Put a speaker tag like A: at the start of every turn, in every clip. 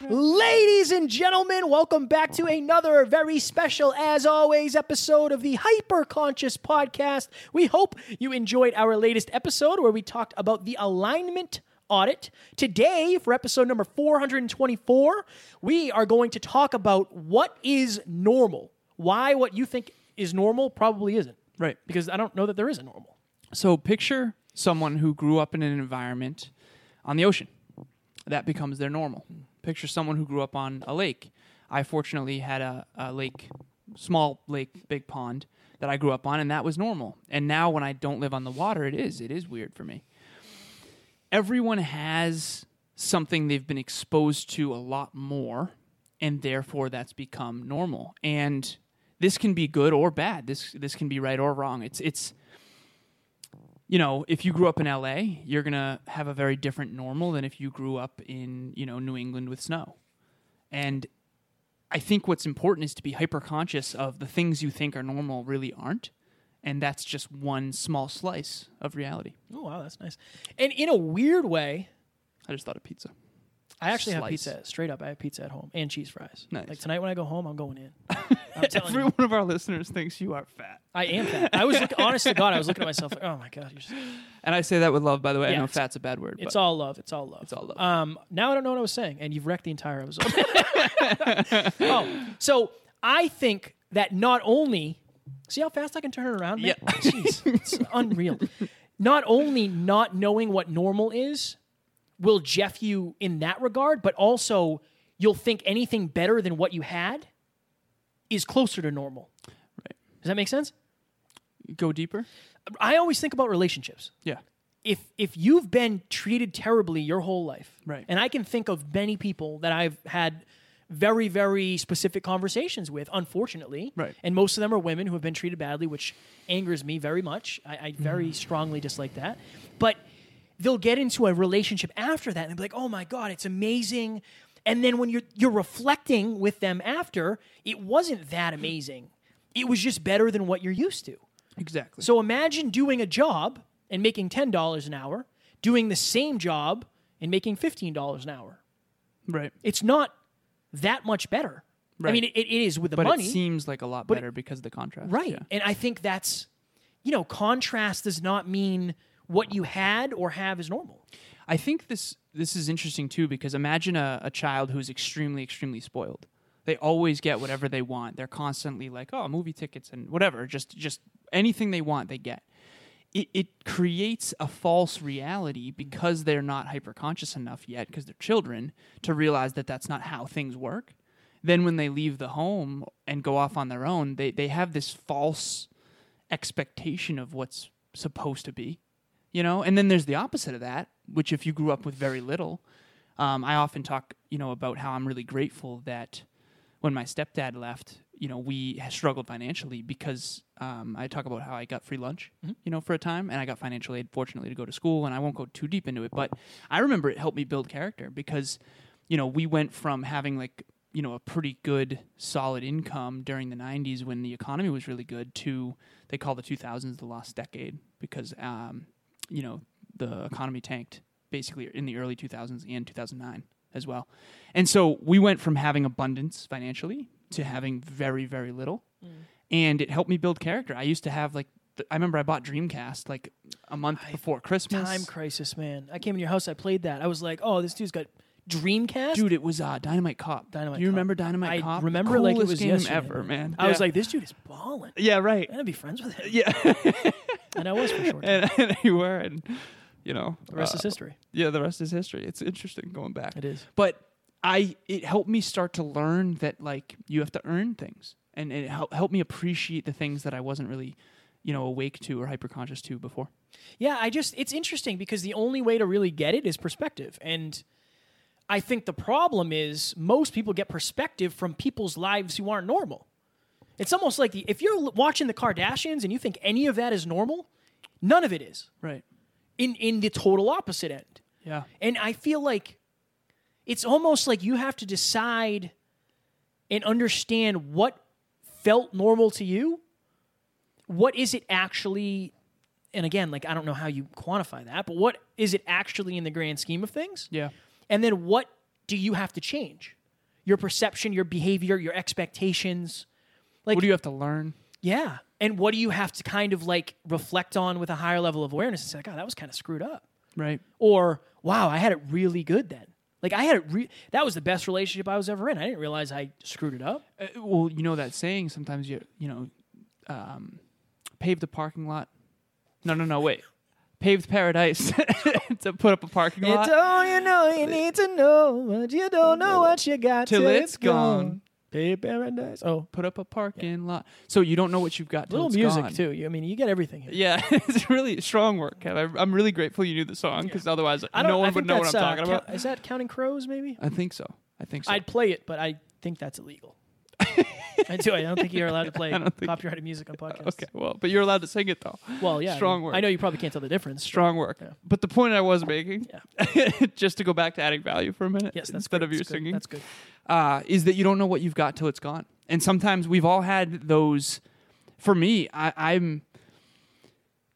A: Ladies and gentlemen, welcome back to another very special, as always, episode of the Hyperconscious Podcast. We hope you enjoyed our latest episode where we talked about the alignment audit. Today, for episode number 424, we are going to talk about what is normal. Why what you think is normal probably isn't.
B: Right.
A: Because I don't know that there is a normal.
B: So picture someone who grew up in an environment on the ocean. That becomes their normal. Picture someone who grew up on a lake. I fortunately had a, a lake, small lake, big pond that I grew up on, and that was normal. And now when I don't live on the water, it is. It is weird for me. Everyone has something they've been exposed to a lot more, and therefore that's become normal. And this can be good or bad. This this can be right or wrong. It's it's you know, if you grew up in LA, you're going to have a very different normal than if you grew up in, you know, New England with snow. And I think what's important is to be hyperconscious of the things you think are normal really aren't. And that's just one small slice of reality.
A: Oh, wow, that's nice. And in a weird way,
B: I just thought of pizza.
A: I actually have
B: Slice.
A: pizza straight up. I have pizza at home and cheese fries.
B: Nice.
A: Like tonight when I go home, I'm going in. I'm telling
B: Every
A: you,
B: one of our listeners thinks you are fat.
A: I am fat. I was look, honest to God, I was looking at myself like, oh my God, you're just,
B: And I say that with love, by the way.
A: Yeah,
B: I know
A: it's-
B: fat's a bad word.
A: it's
B: but
A: all love. It's all love.
B: It's all love.
A: Um, now I don't know what I was saying, and you've wrecked the entire episode. oh, so I think that not only see how fast I can turn it around. Man?
B: Yeah.
A: Jeez, it's unreal. Not only not knowing what normal is will jeff you in that regard, but also you'll think anything better than what you had is closer to normal.
B: Right.
A: Does that make sense?
B: Go deeper?
A: I always think about relationships
B: Yeah.
A: if if you've been treated terribly your whole life,
B: Right.
A: And I can think of many people that I've had very very specific conversations with, unfortunately,
B: Right.
A: And most of them are women who have been treated badly, which angers me very much. I, I
B: Mm-hmm.
A: very strongly dislike that, but they'll get into a relationship after that and be like, "Oh my god, it's amazing." And then when you're you're reflecting with them after, it wasn't that amazing. It was just better than what you're used to.
B: Exactly.
A: So imagine doing a job and making $10 an hour, doing the same job and making $15 an hour.
B: right.
A: It's not that much better. I
B: Right.
A: mean, it, it is with the
B: But
A: money.
B: it seems like a lot better because of the contrast.
A: right.
B: Yeah.
A: And I think that's, you know, contrast does not mean what you had or have is normal.
B: I think this this is interesting too because imagine a, a child who's extremely extremely spoiled. They always get whatever they want. They're constantly like, oh, movie tickets and whatever, just just anything they want, they get. It, it creates a false reality because they're not hyperconscious enough yet, because they're children, to realize that that's not how things work. Then when they leave the home and go off on their own, they, they have this false expectation of what's supposed to be you know and then there's the opposite of that which if you grew up with very little um, i often talk you know about how i'm really grateful that when my stepdad left you know we struggled financially because um, i talk about how i got free lunch you know for a time and i got financial aid fortunately to go to school and i won't go too deep into it but i remember it helped me build character because you know we went from having like you know a pretty good solid income during the 90s when the economy was really good to they call the 2000s the lost decade because um, you know the economy tanked basically in the early 2000s and 2009 as well and so we went from having abundance financially to having very very little
A: Mm.
B: and it helped me build character i used to have like th- i remember i bought dreamcast like a month before christmas
A: Time crisis, man. I came in your house, I played that. I was like, oh, this dude's got Dreamcast?
B: Dude, it was uh, Dynamite Cop.
A: Dynamite
B: Do you
A: Cop.
B: remember Dynamite
A: I
B: Cop? The
A: remember like it
B: coolest
A: was
B: game
A: yesterday.
B: ever, man.
A: I was
B: Yeah.
A: like, this dude is balling.
B: yeah, right.
A: I'm going to be friends with him.
B: Yeah,
A: And I was for sure. The
B: and, and you were, and you know, the
A: rest is history.
B: yeah, the rest is history. It's interesting going back.
A: It is.
B: but I it helped me start to learn that like you have to earn things, and it hel- helped me appreciate the things that I wasn't really, you know, awake to or hyperconscious to before.
A: Yeah, I just it's interesting because the only way to really get it is perspective. And I think the problem is most people get perspective from people's lives who aren't normal. It's almost like the, if you're l- watching the Kardashians and you think any of that is normal, none of it is.
B: Right.
A: In in the total opposite end.
B: Yeah.
A: And I feel like it's almost like you have to decide and understand what felt normal to you. What is it actually? And again, like I don't know how you quantify that, but what is it actually in the grand scheme of things?
B: Yeah.
A: And then what do you have to change? Your perception, your behavior, your expectations. Like
B: What do you have to learn?
A: yeah. And what do you have to kind of like reflect on with a higher level of awareness and say, God, that was kind of screwed up
B: Right.
A: or wow, I had it really good then. Like I had it. Re- that was the best relationship I was ever in. I didn't realize I screwed it up.
B: Uh, well, you know that saying sometimes you you know, um, pave the parking lot. No, no, no. Wait, paved paradise to put up a parking lot
A: all you know. You need to know, but you don't know what you got
B: till it's gone.
A: Pay paradise. Oh,
B: Put up a parking lot. So you don't know what you've got. Till
A: little
B: it's
A: music
B: gone.
A: too. You, I mean, you get everything. Here.
B: Yeah, it's really strong work, Kev. I, I'm really grateful you knew the song because otherwise, uh,
A: I don't.
B: no
A: I
B: one
A: think
B: would know what I'm
A: that's,
B: talking
A: uh,
B: about.
A: Count, is that Counting Crows? Maybe
B: I think so. I think so.
A: I'd play it, but I think that's illegal. I do. I don't think you're allowed to play
B: don't think-
A: copyrighted music on podcasts.
B: okay, well, but you're allowed to sing it though.
A: Well, yeah. I
B: Strong
A: mean,
B: work.
A: I know you probably can't tell the difference.
B: Strong work.
A: Yeah.
B: But the point I was making, just to go back to adding value for a minute,
A: Yes, that's
B: instead
A: good.
B: of your
A: that's good.
B: singing,
A: That's good.
B: uh, is that you don't know what you've got till it's gone. And sometimes we've all had those. For me, I, I'm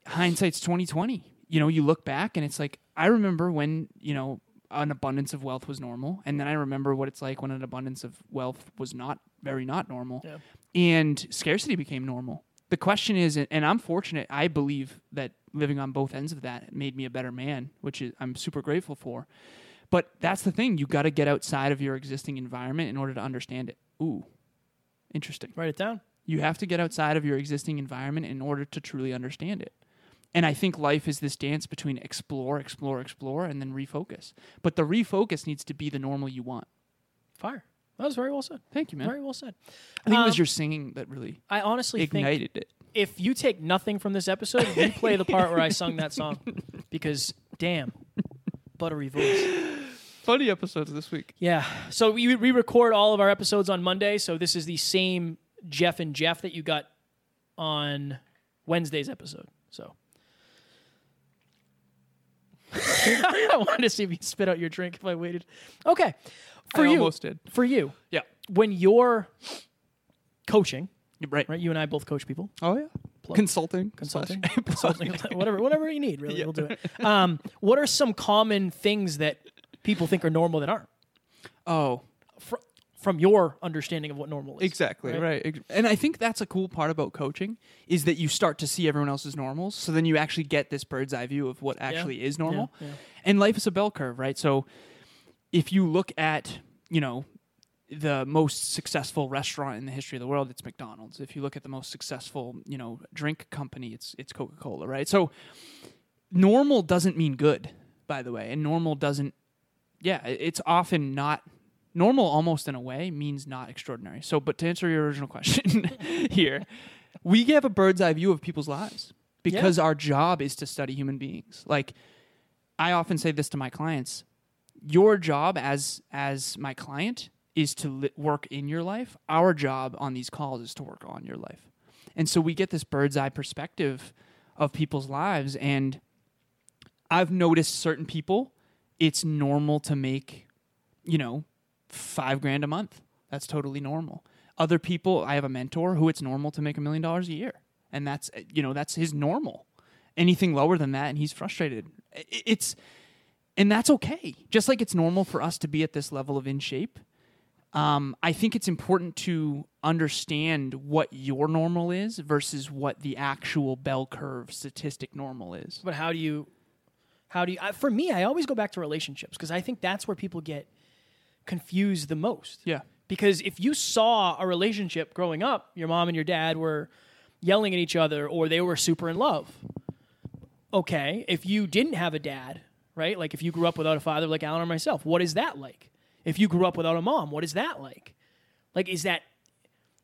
B: hindsight's twenty twenty. You know, you look back and it's like I remember when you know an abundance of wealth was normal, and then I remember what it's like when an abundance of wealth was not very not normal,
A: Yeah.
B: and scarcity became normal. The question is, and I'm fortunate. I believe that living on both ends of that made me a better man, which is, I'm super grateful for. But that's the thing. You got to get outside of your existing environment in order to understand it. Ooh, interesting.
A: Write it down.
B: You have to get outside of your existing environment in order to truly understand it. And I think life is this dance between explore, explore, explore, and then refocus. But the refocus needs to be the normal you want.
A: Fire. That was very well said.
B: Thank you, man.
A: Very well said.
B: I think it was
A: Um,
B: your singing that really
A: I honestly think
B: ignited it.
A: if you take nothing from this episode, replay the part where I sung that song because damn, buttery voice.
B: Funny episodes this week.
A: Yeah. So we we record all of our episodes on Monday. So this is the same Jeff and Jeff that you got on Wednesday's episode. So I wanted to see if you spit out your drink if I waited. Okay. For
B: I
A: you,
B: almost did.
A: for you,
B: Yeah.
A: when you're coaching,
B: Right.
A: right? You and I both coach people.
B: Oh yeah.
A: Plug.
B: Consulting.
A: consulting,
B: Slash-
A: consulting, whatever, whatever you need, really, we'll do it. Um, what are some common things that people think are normal that aren't,
B: Oh,
A: fr- from your understanding of what normal is?
B: Exactly
A: right?
B: right? Ex- and I think that's a cool part about coaching is that you start to see everyone else's normals, so then you actually get this bird's eye view of what actually is normal.
A: yeah.
B: And life is a bell curve, right? So if you look at you know the most successful restaurant in the history of the world, it's McDonald's. If you look at the most successful you know drink company, it's it's Coca Cola, right? So normal doesn't mean good, by the way, and normal doesn't yeah, i- it's often not normal almost in a way means not extraordinary. So, but to answer your original question here, we have a bird's eye view of people's lives because our job is to study human beings. Like I often say this to my clients, your job as as my client is to li- work in your life. Our job on these calls is to work on your life. And so we get this bird's eye perspective of people's lives and I've noticed certain people, it's normal to make, you know, five grand a month. That's totally normal. Other people, I have a mentor who it's normal to make a million dollars a year. And that's, uh, you know, that's his normal. Anything lower than that, and he's frustrated. I- i- It's, and that's okay. Just like it's normal for us to be at this level of in shape, um, I think it's important to understand what your normal is versus what the actual bell curve statistic normal is.
A: But how do you, how do you? I, for me, I always go back to relationships because I think that's where people get confused the most.
B: Yeah.
A: Because if you saw a relationship growing up, your mom and your dad were yelling at each other or they were super in love. Okay, if you didn't have a dad, right? Like if you grew up without a father like Alan or myself, what is that like? If you grew up without a mom, what is that like? Like is that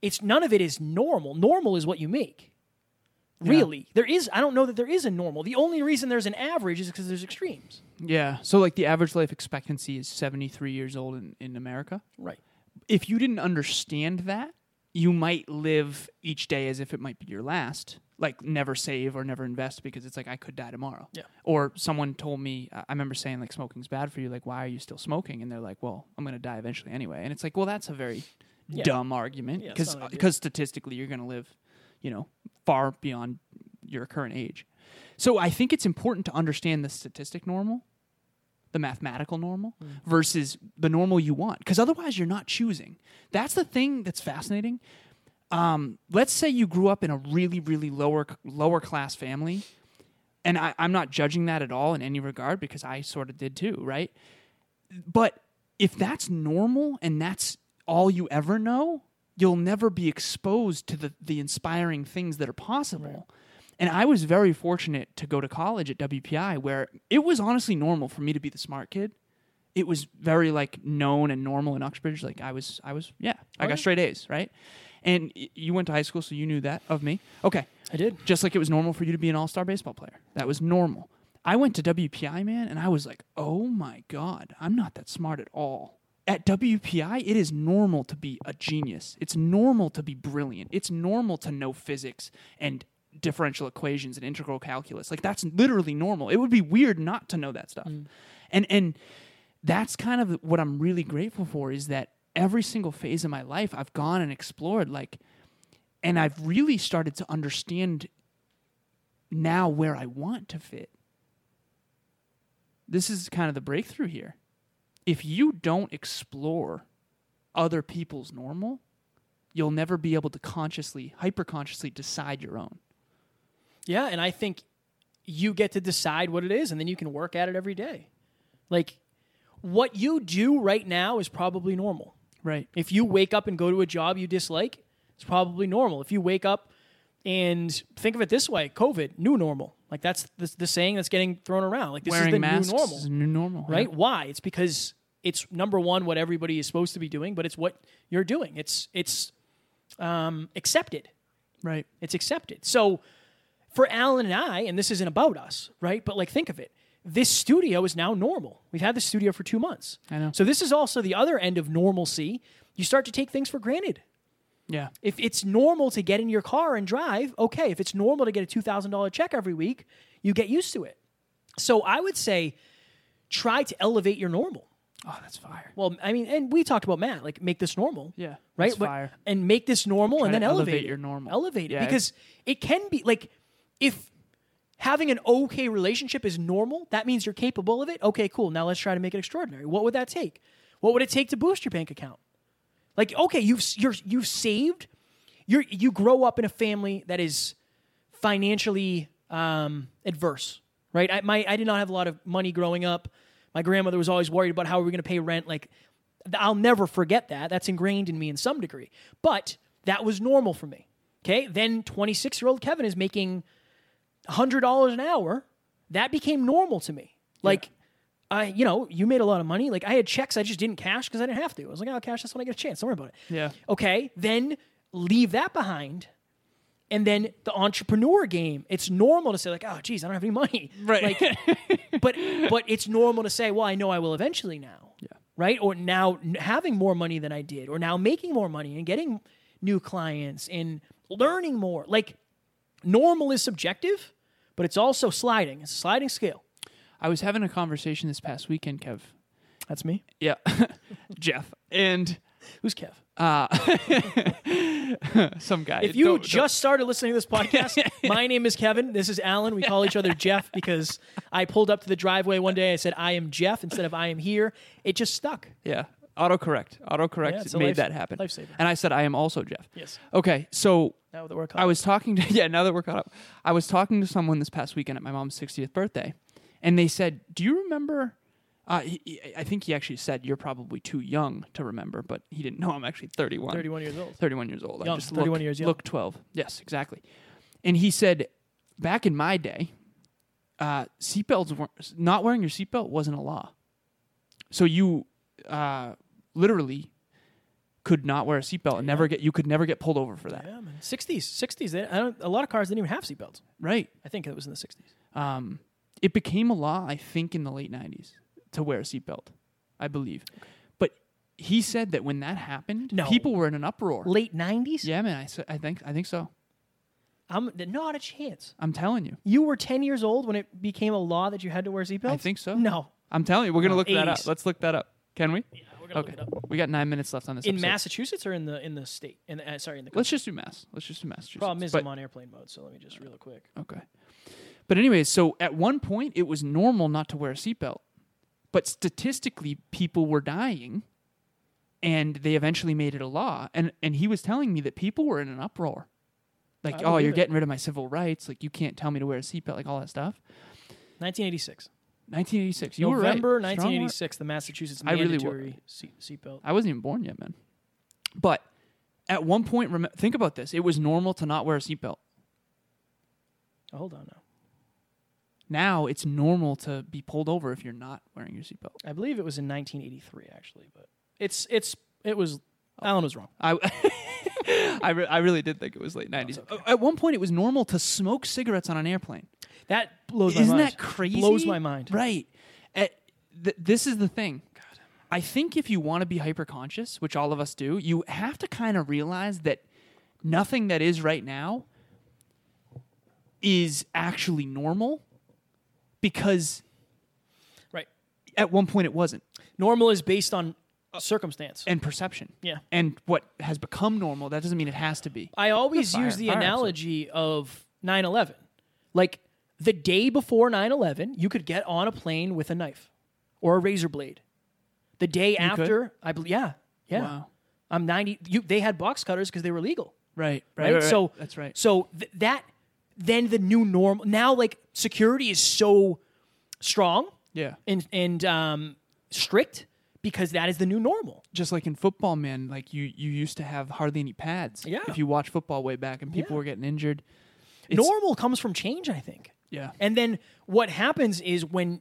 A: it's none of it is normal. Normal is what you make. Really, there is. I don't know that there is a normal. The only reason there's an average is because there's extremes.
B: Yeah. So like the average life expectancy is 73 years old in, in America.
A: Right.
B: If you didn't understand that, you might live each day as if it might be your last. Like never save or never invest because it's like I could die tomorrow.
A: Yeah.
B: Or someone told me I I remember saying like smoking's bad for you. Like why are you still smoking? And they're like, well, I'm gonna die eventually anyway. And it's like, well, that's a very dumb argument
A: Yeah, it's
B: because
A: not ideal.
B: because statistically you're gonna live, you know, far beyond your current age. So I think it's important to understand the statistic normal the mathematical normal versus the normal you want because otherwise you're not choosing that's the thing that's fascinating um, let's say you grew up in a really really lower lower class family and I, i'm not judging that at all in any regard because i sort of did too right but if that's normal and that's all you ever know, you'll never be exposed to the, the inspiring things that are possible. And I was very fortunate to go to college at WPI where it was honestly normal for me to be the smart kid. It was very like known and normal in Uxbridge. Like I was, I was, yeah, I got straight A's, right? And y- you went to high school, so you knew that of me. Okay.
A: I did.
B: Just like it was normal for you to be an all star baseball player. That was normal. I went to WPI, man, and I was like, oh my God, I'm not that smart at all. At WPI, it is normal to be a genius. It's normal to be brilliant. It's normal to know physics and differential equations and integral calculus. Like that's literally normal. It would be weird not to know that stuff. And and that's kind of what I'm really grateful for is that every single phase of my life I've gone and explored like and I've really started to understand now where I want to fit. This is kind of the breakthrough here. If you don't explore other people's normal, you'll never be able to consciously, hyperconsciously decide your own.
A: Yeah, and I think you get to decide what it is, and then you can work at it every day. Like what you do right now is probably normal.
B: Right.
A: If you wake up and go to a job you dislike, it's probably normal. If you wake up and think of it this way, COVID, new normal. Like that's the, the saying that's getting thrown around. Like this
B: Wearing
A: is the
B: masks
A: new normal,
B: is new normal, yeah.
A: right? Why? It's because it's number one what everybody is supposed to be doing, but it's what you're doing. It's it's um, accepted.
B: Right.
A: It's accepted. So for Alan and I, and this isn't about us, right? But like, think of it. This studio is now normal. We've had the studio for two months.
B: I know.
A: So this is also the other end of normalcy. You start to take things for granted.
B: Yeah.
A: If it's normal to get in your car and drive, okay. If it's normal to get a two thousand dollar check every week, you get used to it. So I would say, try to elevate your normal.
B: Oh, that's fire.
A: Well, I mean, and we talked about Matt, like make this normal.
B: Yeah,
A: Right?
B: that's
A: But-
B: fire.
A: And make this normal and
B: Try
A: then
B: to
A: elevate,
B: elevate
A: it.
B: your normal.
A: Elevate it.
B: Yeah,
A: Because it can be like if having an okay relationship is normal, that means you're capable of it. Okay, cool. Now let's try to make it extraordinary. What would that take? What would it take to boost your bank account? Like, okay, you've s- you're you've saved. You're you grow up in a family that is financially um, adverse, right? I, my, I did not have a lot of money growing up. My grandmother was always worried about how we were going to pay rent. Like, th- I'll never forget that. That's ingrained in me in some degree. But that was normal for me. Okay. Then 26 year old Kevin is making $100 an hour. That became normal to me. Like, I, you know, you made a lot of money. Like, I had checks I just didn't cash because I didn't have to. I was like, I'll cash this when I get a chance. Don't worry about it.
B: Yeah.
A: Okay. Then leave that behind and then the entrepreneur game it's normal to say like oh geez i don't have any money
B: Right.
A: like, but but it's normal to say well i know i will eventually now yeah right or now n- having more money than i did or now making more money and getting new clients and learning more like normal is subjective but it's also sliding it's a sliding scale
B: I was having a conversation this past weekend, Kev.
A: that's me
B: Yeah. Jeff. And
A: who's kev
B: uh, some guy.
A: if you
B: Don't-
A: just started listening to this podcast, my name is Kevin. This is Alan. We call each other Jeff because I pulled up to the driveway one day. I said, I am Jeff instead of I am here. It just stuck.
B: Yeah. Autocorrect.
A: Yeah,
B: Autocorrect
A: it's a
B: made
A: life-
B: that happen.
A: lifesaver.
B: And I said, I am also Jeff.
A: Yes.
B: Okay. So
A: Now that we're
B: I was talking to, yeah, now that we're caught up, I was talking to someone this past weekend at my mom's 60th birthday. And they said, Do you remember? Uh, he, he- I think he actually said, You're probably too young to remember, but he didn't know I'm actually 31.
A: 31 years old.
B: 31 years old.
A: Young,
B: I just
A: 31
B: look,
A: years young.
B: Look 12. Yes, exactly. And he said, back in my day, uh, seatbelts weren't, not wearing your seatbelt wasn't a law. So you uh, literally could not wear a seatbelt and never get you could never get pulled over for that.
A: Yeah, man. 60s, 60s. They, I don't, a lot of cars didn't even have seatbelts.
B: Right.
A: I think it was in the 60s.
B: Um, it became a law, I think, in the late '90s to wear a seatbelt, I believe. But he said that when that happened,
A: No.
B: people were in an uproar.
A: Late 90s?
B: Yeah, man. I, s- I think I think so.
A: I'm not a chance.
B: I'm telling you.
A: You were 10 years old when it became a law that you had to wear seatbelts?
B: I think so.
A: No.
B: I'm telling you. We're gonna
A: No,
B: look that up.
A: 80s.
B: Let's look that up. Can we?
A: Oh, We're gonna
B: okay. We got nine minutes left on this.
A: In
B: episode.
A: Massachusetts or in the in the state? In the, uh, sorry, in the country.
B: Let's just do mass. Let's just do Massachusetts.
A: problem is
B: But-
A: I'm on airplane mode, so let me just real quick.
B: Okay. But anyways, so at one point it was normal not to wear a seatbelt. But statistically people were dying and they eventually made it a law and and he was telling me that people were in an uproar.
A: I
B: Like, "Oh,
A: believe
B: you're
A: it.
B: getting rid of my civil rights. Like you can't tell me to wear a seatbelt like all that stuff."
A: 1986.
B: 1986. You
A: November
B: were right. Strong work.
A: 1986, the Massachusetts
B: I really
A: mandatory
B: wa-
A: seat, seatbelt.
B: I wasn't even born yet, man. But at one point rem- think about this. It was normal to not wear a seatbelt.
A: Oh, hold on now.
B: Now it's normal to be pulled over if you're not wearing your seatbelt.
A: I believe it was in 1983 actually, but it's it's it was
B: Oh.
A: Alan was wrong.
B: I, I, re- I really did think it was late 90s. At one point, it was normal to smoke cigarettes on an airplane.
A: That blows
B: Isn't
A: my mind.
B: that crazy?
A: Blows my mind.
B: Right. At, th- this is the thing. I think if you want to be hyperconscious, which all of us do, you have to kind of realize that nothing that is right now is actually normal because
A: Right.
B: at one point it wasn't.
A: Normal is based on circumstance.
B: And perception.
A: Yeah.
B: And what has become normal, that doesn't mean it has to be.
A: I always
B: Fire-
A: use the
B: fire episode.
A: analogy of 9 11. Like the day before 9 11, you could get on a plane with a knife or a razor blade. The day
B: could?
A: after, I believe, yeah, yeah.
B: Wow.
A: I'm 90. You, they had box cutters because they were legal,
B: Right, right,
A: right?
B: right, right.
A: So
B: that's right.
A: So th- that, then the new normal, now like security is so strong
B: Yeah.
A: and, and um, strict because that is the new normal.
B: just like in football, man, like you you used to have hardly any pads.
A: Yeah.
B: If you watch football way back and people
A: Yeah.
B: were getting injured. It's-
A: normal comes from change, I think.
B: Yeah.
A: And then what happens is when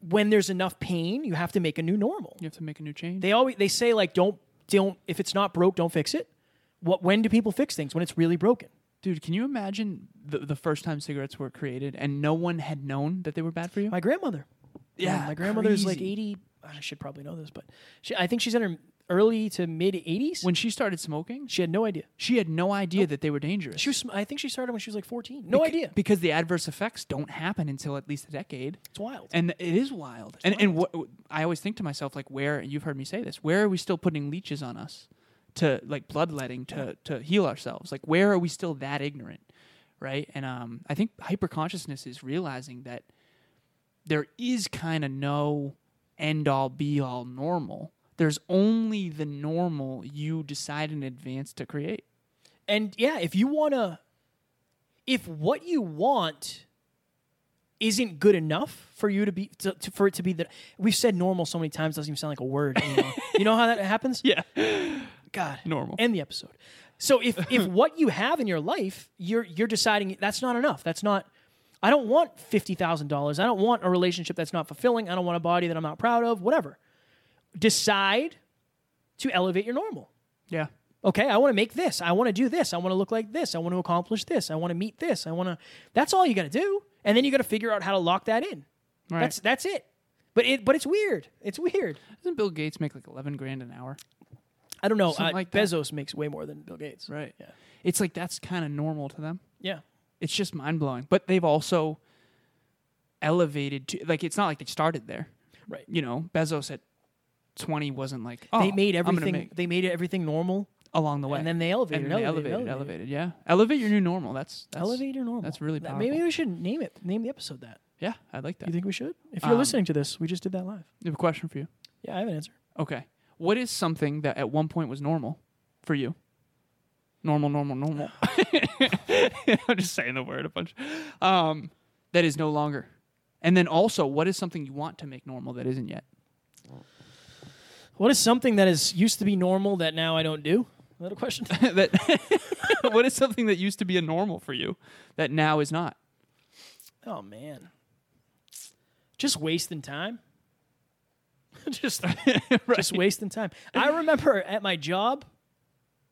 A: when there's enough pain, you have to make a new normal.
B: You have to make a new change.
A: They always they say like don't don't if it's not broke, don't fix it. What when do people fix things? When it's really broken.
B: Dude, can you imagine the, the first time cigarettes were created and no one had known that they were bad for you?
A: My grandmother.
B: Yeah,
A: my grandmother's like
B: crazy.
A: 80. I should probably know this, but she, I think she's in her early to mid 80s.
B: when she started smoking,
A: she had no idea.
B: she had no idea that they were dangerous.
A: She was I think she started when she was like 14. No
B: Bec-
A: idea.
B: Because the adverse effects don't happen until at least a decade.
A: It's wild.
B: And it is wild. and and what I always think to myself, like, where and you've heard me say this, where are we still putting leeches on us to like bloodletting to to heal ourselves? Like, where are we still that ignorant, right? And um, I think hyperconsciousness is realizing that there is kind of no end all be all normal. There's only the normal you decide in advance to create.
A: And yeah, if you want to, if what you want isn't good enough for you to be, to, to- for it to be that, we've said normal so many times, doesn't even sound like a word. anymore. you know how that happens?
B: Yeah,
A: God.
B: normal.
A: End the episode. So if, if what you have in your life, you're, you're deciding that's not enough. That's not, I don't want $50,000. I don't want a relationship that's not fulfilling. I don't want a body that I'm not proud of, whatever. Decide to elevate your normal
B: yeah,
A: okay i want to make this i want to do this i want to look like this i want to accomplish this i want to meet this i want to that's all you got to do and then you got to figure out how to lock that in
B: right.
A: that's that's it but it but it's weird it's weird
B: Doesn't Bill Gates make like eleven grand an hour?
A: i don't know
B: Something
A: uh,
B: like that.
A: bezos makes way more than bill gates
B: Right.
A: yeah
B: It's like that's kind of normal to them.
A: yeah
B: it's just mind blowing. But they've also elevated to like it's not like they started there.
A: Right.
B: You know, Bezos at twenty wasn't like oh,
A: they made
B: I'm gonna
A: everything
B: make-
A: they made everything normal
B: along the way,
A: and then they elevated
B: and then they
A: elevated,
B: elevated, elevated, yeah, elevate your new normal. That's, that's
A: elevate your normal
B: That's really
A: That-
B: powerful.
A: maybe we should name it name the episode that
B: yeah, I like that.
A: you
B: I
A: think we should if you're
B: Um,
A: listening to this we just did that live
B: have a question for you.
A: yeah i have an answer
B: Okay, what is something that at one point was normal for you? Normal, normal, normal. I'm just saying the word a bunch. Um, that is no longer. And then also, what is something you want to make normal that isn't yet?
A: what is something that is used to be normal that now i don't do is that a question
B: that what is something that used to be a normal for you that now is not?
A: Oh man. Just wasting time. just just wasting time. I remember at my job,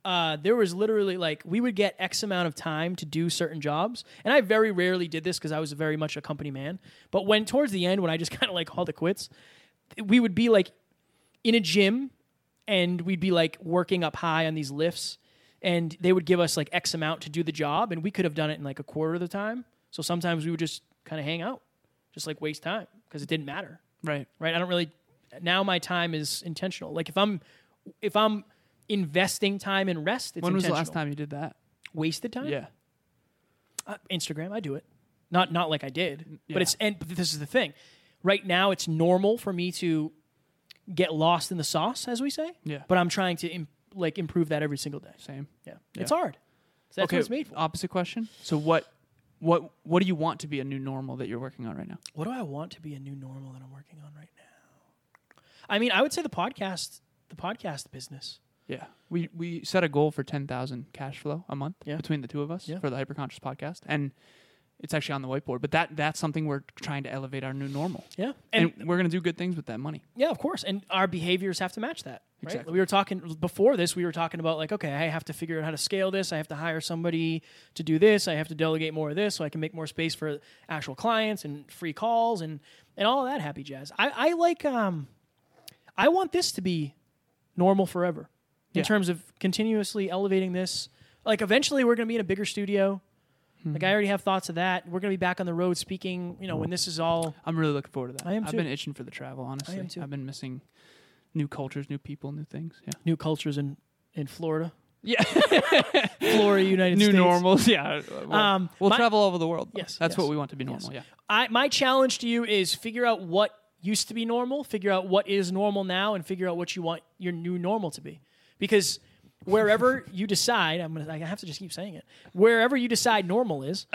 A: uh, there was literally like we would get X amount of time to do certain jobs, and I very rarely did this because I was very much a company man. But when towards the end, when I just kind of like hauled it quits, we would be like in a gym, and we'd be like working up high on these lifts, and they would give us like X amount to do the job, and we could have done it in like a quarter of the time. So sometimes we would just kind of hang out, just like waste time because it didn't matter
B: right.
A: right i don't really now my time is intentional like if i'm if i'm investing time in rest it's
B: when was the
A: intentional.
B: last time you did that?
A: wasted time
B: Yeah.
A: Uh, instagram i do it not not like i did
B: Mm, yeah.
A: but it's and but this is the thing right now it's normal for me to get lost in the sauce as we say
B: Yeah.
A: but i'm trying to Im- like improve that every single day
B: Same.
A: yeah,
B: Yeah.
A: it's hard so that's
B: okay. uh,
A: what it's made for
B: Opposite question. So what what what do you want to be a new normal that you're working on right now?
A: what do i want to be a new normal that i'm working on right now i mean i would say the podcast the podcast business
B: Yeah. We we set a goal for 10,000 cash flow a month
A: Yeah.
B: between the two of us
A: Yeah.
B: for the Hyperconscious podcast and it's actually on the whiteboard, but that that's something we're trying to elevate our new normal.
A: yeah
B: And, we're going to do good things with that money.
A: Yeah, of course. And our behaviors have to match that. Right?
B: Exactly.
A: We were talking before this, we were talking about like, okay, I have to figure out how to scale this. I have to hire somebody to do this. I have to delegate more of this so I can make more space for actual clients and free calls and, and all that happy jazz. I, I like, um, I want this to be normal forever in
B: Yeah.
A: terms of continuously elevating this. Like eventually we're going to be in a bigger studio. Like
B: Hmm.
A: I already have thoughts of that. We're going to be back on the road speaking, you know, when this is all
B: I'm really looking forward to that.
A: I am
B: I've
A: too.
B: been itching for the travel, honestly.
A: too.
B: I've been missing new cultures, new people, new things. Yeah.
A: new cultures in, in Florida.
B: Yeah.
A: Florida, United
B: new
A: States.
B: normals. Yeah. We'll,
A: Um,
B: we'll
A: my-
B: travel all over the world.
A: Yes,
B: That's
A: yes,
B: what we want to be normal. Yeah.
A: I, my challenge to you is figure out what used to be normal, figure out what is normal now, and figure out what you want your new normal to be. Because wherever you decide, I'm gonna, I have to just keep saying it. Wherever you decide normal is,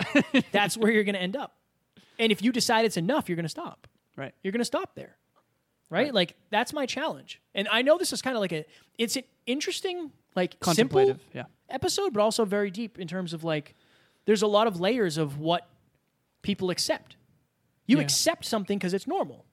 A: that's where you're gonna end up. And if you decide it's enough, you're gonna stop.
B: Right.
A: You're gonna stop there, right? Like that's my challenge. And I know this is kind of like a, it's an interesting, like simple
B: Contemplative. Yeah.
A: episode, but also very deep in terms of like there's a lot of layers of what people accept. You
B: Yeah.
A: accept something because it's normal,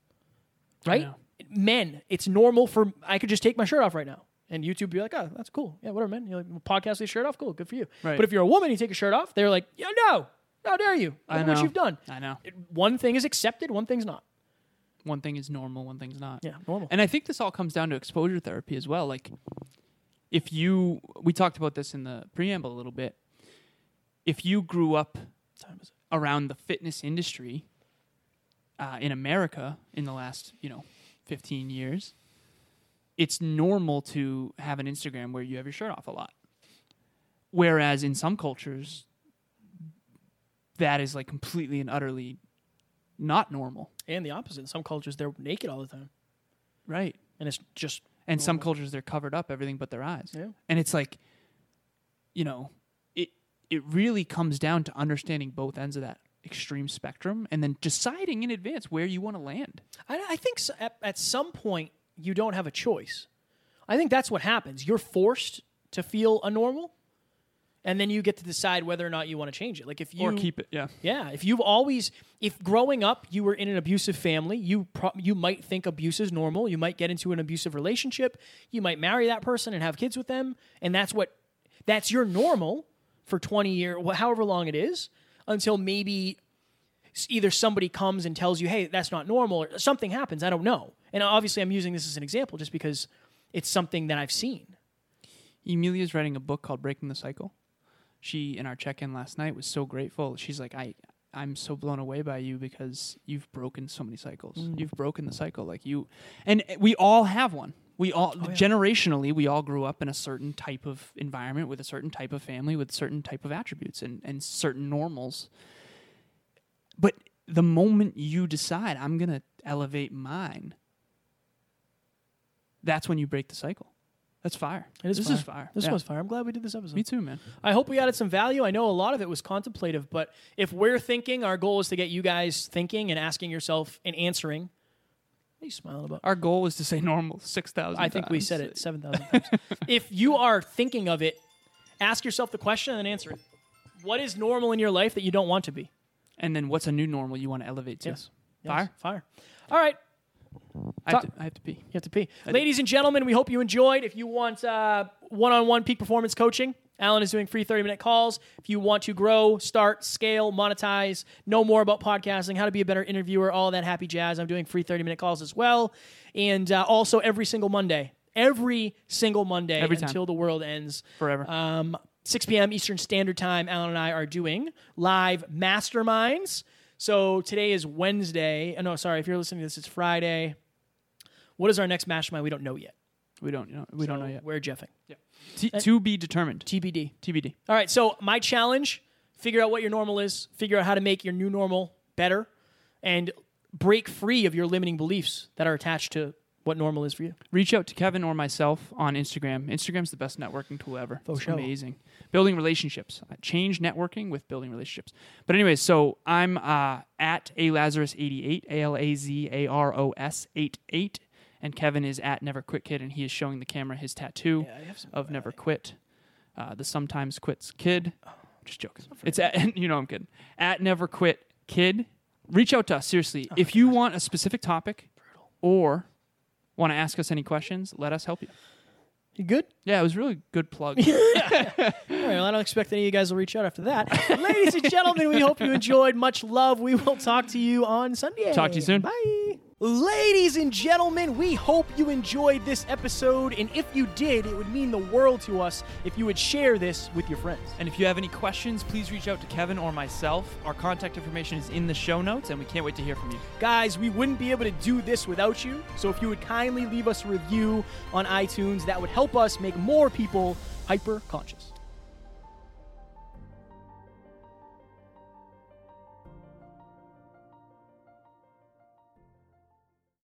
B: I
A: right?
B: know.
A: Men, it's normal for I could just take my shirt off right now, and YouTube be like, "Oh, that's cool, yeah, whatever, man." You're like, podcast with your shirt off, cool, good for you.
B: Right.
A: But if you're a woman, you take your shirt off, they're like, "Yeah, no, how dare you? Look
B: I
A: at
B: know.
A: what you've done."
B: I know.
A: One thing is accepted, one thing's not.
B: One thing is normal, one thing's not.
A: Yeah, normal.
B: And I think this all comes down to exposure therapy as well. Like, if you, we talked about this in the preamble a little bit. If you grew up
A: Time is-
B: around the fitness industry uh, in America in the last, you know, 15 years, it's normal to have an Instagram where you have your shirt off a lot. Whereas in some cultures, that is like completely and utterly not normal.
A: and the opposite. In some cultures, they're naked all the time,
B: Right.
A: and it's just
B: and some cultures they're covered up everything but their eyes
A: Yeah.
B: and it's like you know it it really comes down to understanding both ends of that extreme spectrum and then deciding in advance where you want to land
A: I, I think s at, at some point you don't have a choice. I think that's what happens. You're forced to feel a normal, and then you get to decide whether or not you want to change it. Like if you
B: it yeah
A: yeah, if you've always, if growing up you were in an abusive family, you pro- you might think abuse is normal. You might get into an abusive relationship. You might marry that person and have kids with them, and that's what that's your normal for twenty year, wh- however long it is, until maybe s- either somebody comes and tells you, "Hey, that's not normal," or something happens. I don't know. And obviously, I'm using this as an example just because it's something that I've seen.
B: Emilia's writing a book called Breaking the Cycle. She in our check-in last night was so grateful. She's like, I I'm so blown away by you because you've broken so many cycles. You've broken the cycle like you, and eh, we all have one. We all generationally we all grew up in a certain type of environment with a certain type of family with certain type of attributes and and certain normals. But the moment you decide I'm gonna elevate mine, that's when you break the cycle. That's fire. this is fire.
A: This
B: Yeah.
A: was fire. I'm glad we did this episode.
B: Me too, man.
A: I hope we added some value. I know a lot of it was contemplative, but if we're thinking, our goal is to get you guys thinking and asking yourself and answering. What are you smiling about?
B: Our goal is to say normal six thousand.
A: I think we said it 7,000 times. if you are thinking of it, ask yourself the question and answer it. What is normal in your life that you don't want to be?
B: And then what's a new normal you want to elevate to?
A: Yes. Yes,
B: Fire.
A: Fire. All right.
B: I have, to, I have to pee.
A: You have to pee. Ladies and gentlemen, we hope you enjoyed. If you want uh, one-on-one peak performance coaching, Alan is doing free 30-minute calls. If you want to grow, start, scale, monetize, know more about podcasting, how to be a better interviewer, all that happy jazz, I'm doing free 30-minute calls as well. And uh, also every single Monday, every single Monday
B: Every time.
A: until the world ends.
B: Forever.
A: Um, 6 p.m. Eastern Standard Time, Alan and I are doing live masterminds. So today is Wednesday. Oh, no, sorry. If you're listening to this, it's Friday. What is our next mastermind? We don't know yet.
B: we don't know. We don't know
A: So
B: yet.
A: We're jeffing.
B: T- to be determined.
A: TBD.
B: TBD.
A: All right. So my challenge: figure out what your normal is, figure out how to make your new normal better, and break free of your limiting beliefs that are attached to what normal is for you.
B: reach out to Kevin or myself on Instagram. Instagram's the best networking tool ever. it's
A: sure.
B: amazing. Building relationships. I Change networking with building relationships. But anyway, so I'm uh, at A Lazarus 88, A L A Z A R O S 88. And Kevin is at Never Quit Kid, and he is showing the camera his tattoo
A: I Oh, have some
B: of Never Quit, uh, the Sometimes Quits Kid. Just joking. It's at, you know, I'm kidding. At Never Quit Kid. Reach out to us, seriously. if you want a specific topic or want to ask us any questions, let us help you.
A: You good?
B: Yeah, it was really good plug.
A: All right. Well, I don't expect any of you guys will reach out after that. Ladies and gentlemen, we hope you enjoyed. Much love. We will talk to you on Sunday.
B: Talk to you soon.
A: Bye. Ladies and gentlemen, we hope you enjoyed this episode. And if you did, it would mean the world to us if you would share this with your friends.
C: And if you have any questions, please reach out to Kevin or myself. Our contact information is in the show notes, and we can't wait to hear from you.
A: Guys, we wouldn't be able to do this without you. So if you would kindly leave us a review on iTunes, that would help us make more people hyper conscious.